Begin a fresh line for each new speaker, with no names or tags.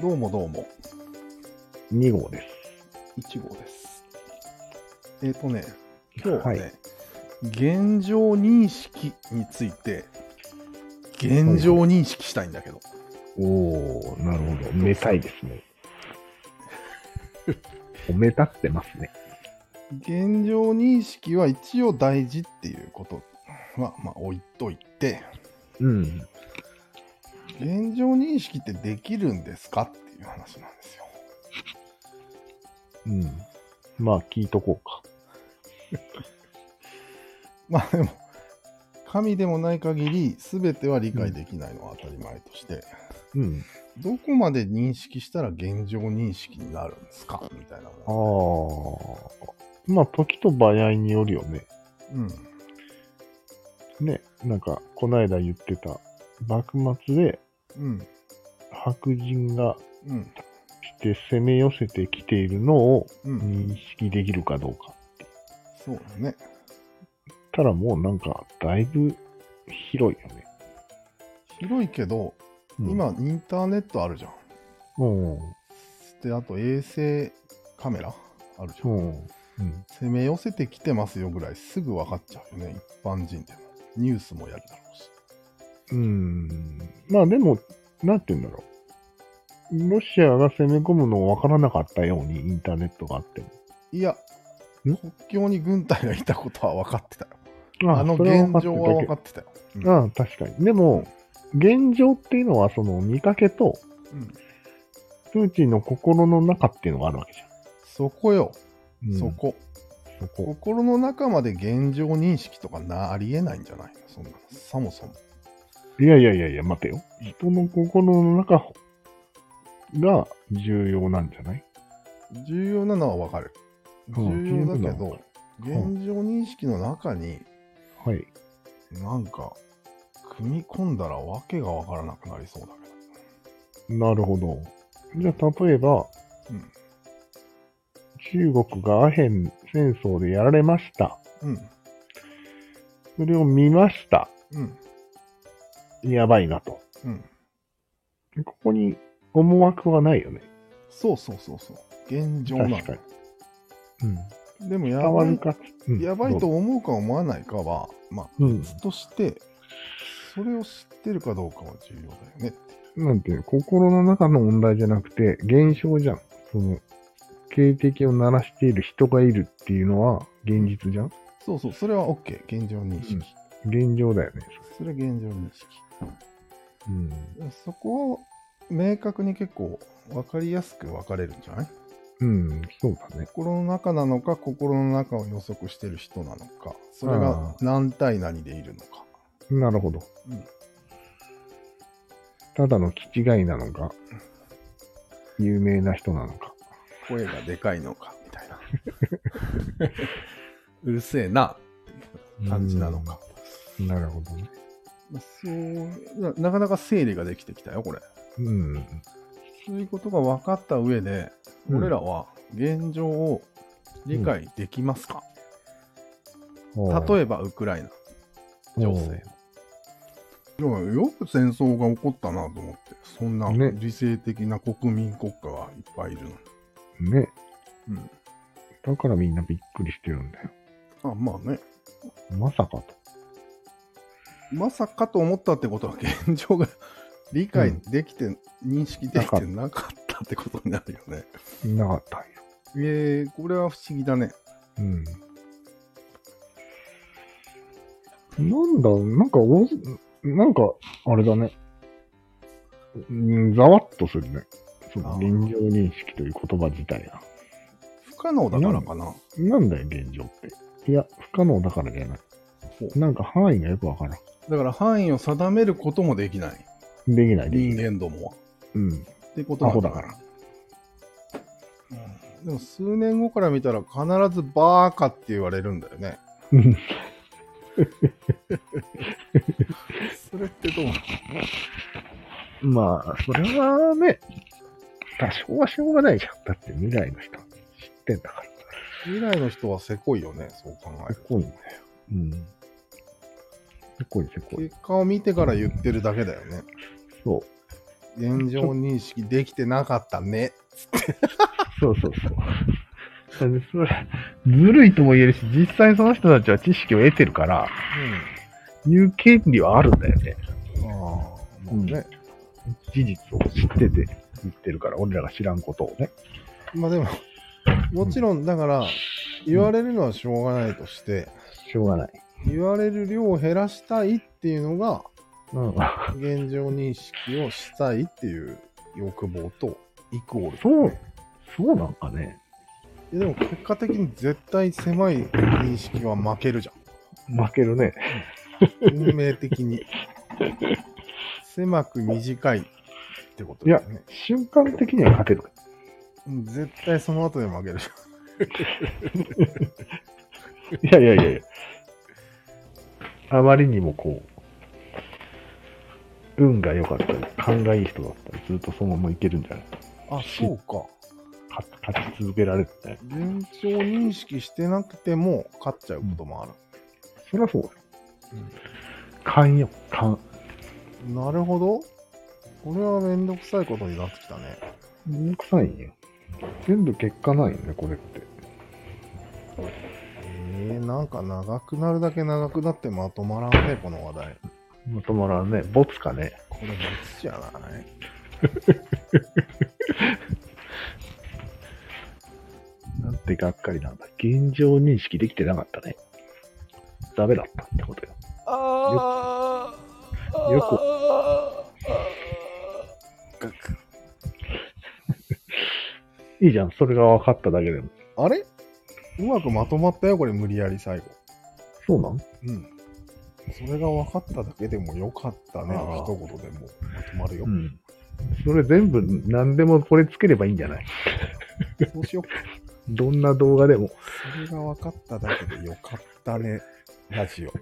どうもどうも、
2号です。
1号です。えっ、とね、今日はね、
はい
現状認識について、現状認識したいんだけど、
おー、なるほど。めたいです ね。おめたってますね。
現状認識は一応大事っていうことは、まあ置いといて、
うん。
現状認識ってできるんですかっていう話なんですよ。
うん。まあ、聞いとこう
まあでも、神でもない限り、全ては理解できないのは当たり前として、
か。うん。
どこまで認識したら現状認識になるんですかみたいな
あ
も
ー。まあ、時と場合によるよね。
ん。うん。
ね。なんか、こないだ言ってた、幕末で
うん。
白人が
うん。
来て攻め寄せてきているのを
うん。
認識できるかどうか。
そうだね。
たらもうなんか、だいぶ広いよね。
広いけど、
うん、
今インターネットあるじゃん。
うん。
で、あと衛星カメラあるじゃ。
うんん。うん。
攻め寄せてきてますよぐらいすぐ分かっちゃうよね。一般人でも。ニュースもやるだろうし。
うーんまあでも、なんて言うんだろう。ロシアが攻め込むのを分からなかったようにインターネットがあって
いや、
ん
国境に軍隊がいたことは分かってたよ。
も。
あの
それは
現状は分か
っ
ってたよ。
てたけど。あ確かに。でも、現状っていうのはその見かけと、
うん
プーチンの心の中っていうのがあるわけじゃ
そこよ、
ん。うん
そ。こ。
そこ。
心の中まで現状認識とかなありえないんじゃないのそんなのそもそも。
いやいやいやいや、待てよ。人の心の中が重要なんじゃない
重要なのはわかる。
うん
重要だけ
重要なの
ど
は、
現
る
状認識の中に、
はい。
なんか、組み込んだらわけがわからなくなりそうだけど。
なるほど。じゃあ、例えば、
うん
中国がアヘン戦争でやられました。
うん、
それを見ました。
うん、
やばいなと。
うん。
ここに思惑はないよね。
そうそうそうそう。現状なの
確かに。うん。
でもや
伝わ
ば
る
い、
か、うん
やばいと。思うか思わないかは、まあ、
うん。
別として、それを知ってるかどうかは重要だよねって。
なんていうの、心の中の問題じゃなくて、現象じゃん。その、警笛を鳴らしている人がいるっていうのは現実じゃん
そうそう、それは OK。現状認識。
うん現状だよね。
それは現状認識。
うん。
そこは明確に結構分かりやすく分かれるんじゃない
うん、そうだね。
心の中なのか心の中を予測してる人なのかそれが何対何でいるのか
なるほど。
うん
ただの気違いなのか、有名な人なのか。
声がでかいのかみたいな うるせえな感じなのか、
うん。なるほどね。
まあそうななかなか整理ができてきたよこれ
うん。
そういうことが分かった上で、
うん
俺らは現状を理解できますか、例えばウクライナ情勢。でもよく戦争が起こったなと思って、そんな
ね
理性的な国民国家がいっぱいいるのに。
ね。
うん
だからみんなびっくりしてるんだよ。
あまあね、
まさかと。
まさかと思ったってことは現状が 理解できて、認識できてなかったってことになるよね。
なかったんよ。
えー、これは不思議だね。
うん。なんだ、なんかお、なんか、あれだね。うんざわっとするね。その
あ
現
ー
状認識という言葉自体が。
不可能だからかな。
なんだよ、現状って。いや、不可能だからじゃない。なんか範囲がよくわからん。
だから範囲を定めることもできない。
できない、でき
人
ない。
間どもは。
うん。
ってことなん
アホだから。
うんでも数年後から見たら必ずバーカって言われるんだよね。 それってどうなの
まあ、それはね、多少はしょうがないじゃん。だって未来の人は知ってんだから。
未来の人はせこいよね、そう考え
せ
る
こいんだよ。うん。せこいせ
と。
こい。
結果を見てから言ってるだけだよね。
そう。
現状認識できてなかったね。
そうそう そう。でそれ、ずるいとも言えるし、実際その人たちは知識を得てるから、言う権利はあるんだよね。
うん。ああ、まあね。
事実を知ってて言ってるから、俺らが知らんことをね。
まあでも、もちろん、だから、言われるのはしょうがないとして、
しょうがない。
言われる量を減らしたいっていうのが、
うん。
現状認識をしたいっていう欲望とイコール。
そう、そうなんかね。
いやでも結果的に絶対狭い認識は負けるじゃん。
負けるね。
運命的 に。狭く短いってことだよね。
瞬間的には勝てる。
う ん絶対その後で負けるじ
いやいやいやいや。あまりにもこう、運が良かったり、勘がいい人だったりするとそのままいけるんじゃない
ゃん。あ、そうか。
勝勝ち続けられるね。
現状認識してなくても勝っちゃうこともある。
そりゃそうだ。勘よ、勘。
なるほど。これはめんどくさいことになってきたね。
めんどくさいね。全部結果ないよね、これって。
えー、なんか長くなるだけ長くなってまとまらんね、この話題。
まとまらんね。ボツかね。
これ別じゃない
なんてがっかりなんだ。現状認識できてなかったね。ダメだったってことよ。
あ
ーよくいいじゃん。それが分かっただけでも。
あれうまくまとまったよ、これ無理やり最後。
そうなん
うん。それが分かっただけでもよかったね、
あー
の一言でもまとまるよ。
うん。それ全部何でもこれつければいいんじゃない
そうしよう。
どんな動画でも。
それが分かっただけでよかったね、ラジオ。